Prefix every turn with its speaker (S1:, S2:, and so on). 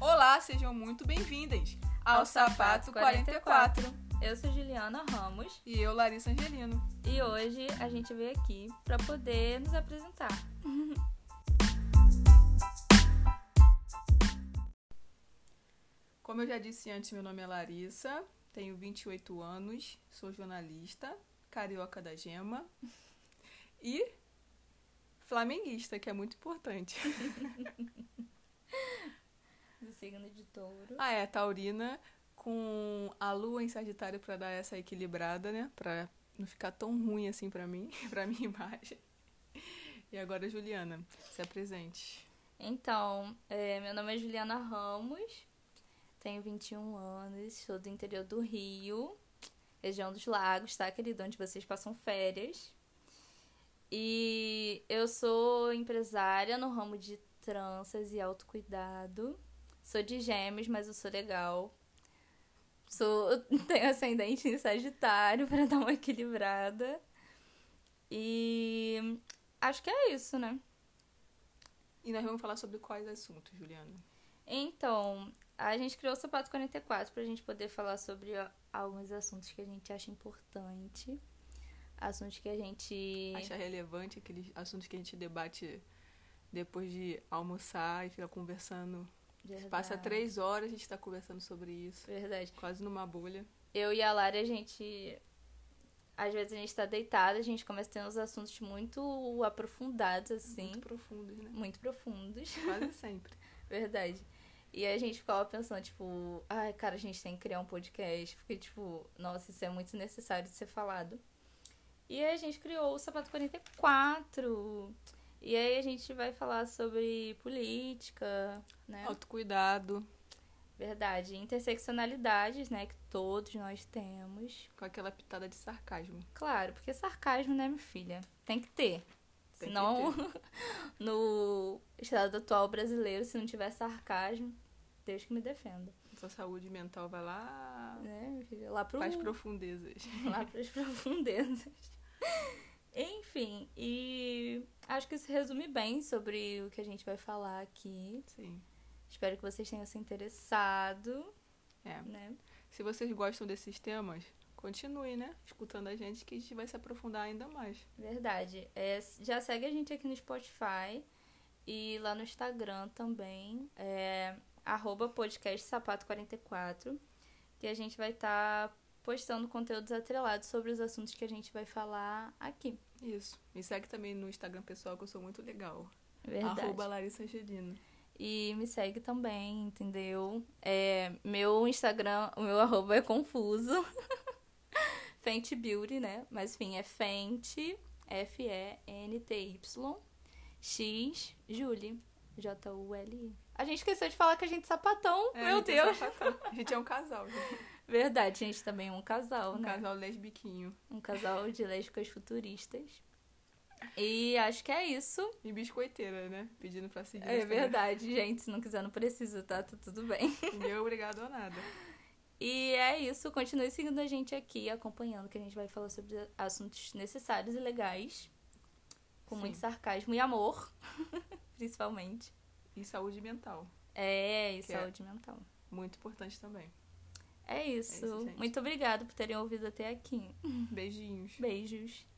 S1: Olá, sejam muito bem-vindas ao,
S2: Ao
S1: Sapato
S2: Sapato
S1: 44.
S2: Eu sou Juliana Ramos
S1: E eu, Larissa Angelino.
S2: e hoje a gente veio aqui para poder nos apresentar.
S1: Como eu já disse antes, meu nome é Larissa, tenho 28 anos, sou jornalista, carioca da gema e flamenguista, que é muito importante.
S2: Do signo de touro.
S1: Ah, é, taurina com a lua em Sagitário pra dar essa equilibrada, né? Pra não ficar tão ruim assim pra mim, pra minha imagem. E agora, Juliana, se apresente.
S2: Então, é, meu nome é Juliana Ramos, tenho 21 anos, sou do interior do Rio, região dos lagos, tá, querido? Onde vocês passam férias. E eu sou empresária no ramo de tranças e autocuidado. Sou de gêmeos, mas eu sou legal. Sou, tenho ascendente em Sagitário para dar uma equilibrada. E acho que é isso, né?
S1: E nós vamos falar sobre quais assuntos, Juliana?
S2: Então, a gente criou o Sapato 44 pra gente poder falar sobre a- alguns assuntos que a gente acha importante. Assuntos que a gente.
S1: Acha relevante aqueles assuntos que a gente debate depois de almoçar e fica conversando.
S2: Verdade.
S1: Passa três horas, a gente tá conversando sobre isso.
S2: Verdade.
S1: Quase numa bolha.
S2: Eu e a Lari, a gente. Às vezes a gente tá deitada, a gente começa a ter uns assuntos muito aprofundados, assim.
S1: Muito profundos, né?
S2: muito profundos.
S1: Quase sempre.
S2: Verdade. E a gente ficava pensando, tipo, ai, cara, a gente tem que criar um podcast, porque, tipo, nossa, isso é muito necessário de ser falado. E aí a gente criou o Sapato 44. E aí a gente vai falar sobre política, né?
S1: Autocuidado,
S2: Verdade. Interseccionalidades, né? Que todos nós temos.
S1: com aquela pitada de sarcasmo.
S2: Claro, porque sarcasmo, né, minha filha? Tem que ter.
S1: Tem que
S2: Senão, no estado atual brasileiro, se não tiver sarcasmo, Deus que me defenda.
S1: Sua saúde mental vai lá
S2: né, minha filha? Lá pro,
S1: para as profundezas.
S2: lá pras profundezas. Enfim, e acho que isso resume bem sobre o que a gente vai falar aqui.
S1: Sim.
S2: Espero que vocês tenham se interessado,
S1: É.
S2: né?
S1: Se vocês gostam desses temas, continue, né? Escutando a gente que a gente vai se aprofundar ainda mais.
S2: Verdade. É, já segue a gente aqui no Spotify e lá no Instagram também, é arroba podcast sapato44, que a gente vai estar postando conteúdos atrelados sobre os assuntos que a gente vai falar aqui.
S1: Isso. Me segue também no Instagram pessoal, que eu sou muito legal.
S2: Verdade.
S1: Arroba Larissa Angelino.
S2: E me segue também, entendeu? É, meu Instagram, o meu arroba é confuso. Fenty Beauty, né? Mas enfim, é Fenty, F-E-N-T-Y, X, Julie, J-U-L-I. A gente esqueceu de falar que a gente é sapatão,
S1: É,
S2: meu
S1: a gente é
S2: Deus. Né?
S1: sapatão. A gente é um casal, gente.
S2: Verdade, a gente também é um casal,
S1: Um
S2: né?
S1: casal lesbiquinho.
S2: Um casal de lésbicas futuristas. E acho que é isso.
S1: E biscoiteira, né? Pedindo pra seguir. no
S2: É
S1: Instagram.
S2: verdade, gente. Se não quiser, não precisa, tá? Tá tudo bem.
S1: Meu obrigado a nada.
S2: E é isso, continue seguindo a gente aqui, acompanhando, que a gente vai falar sobre assuntos necessários e legais, com
S1: Sim.
S2: muito sarcasmo e amor, principalmente.
S1: E saúde mental.
S2: É, e
S1: Que é-
S2: saúde mental.
S1: Muito importante também.
S2: É isso.
S1: isso, gente.
S2: muito obrigada por terem ouvido até aqui.
S1: Beijinhos.
S2: Beijos.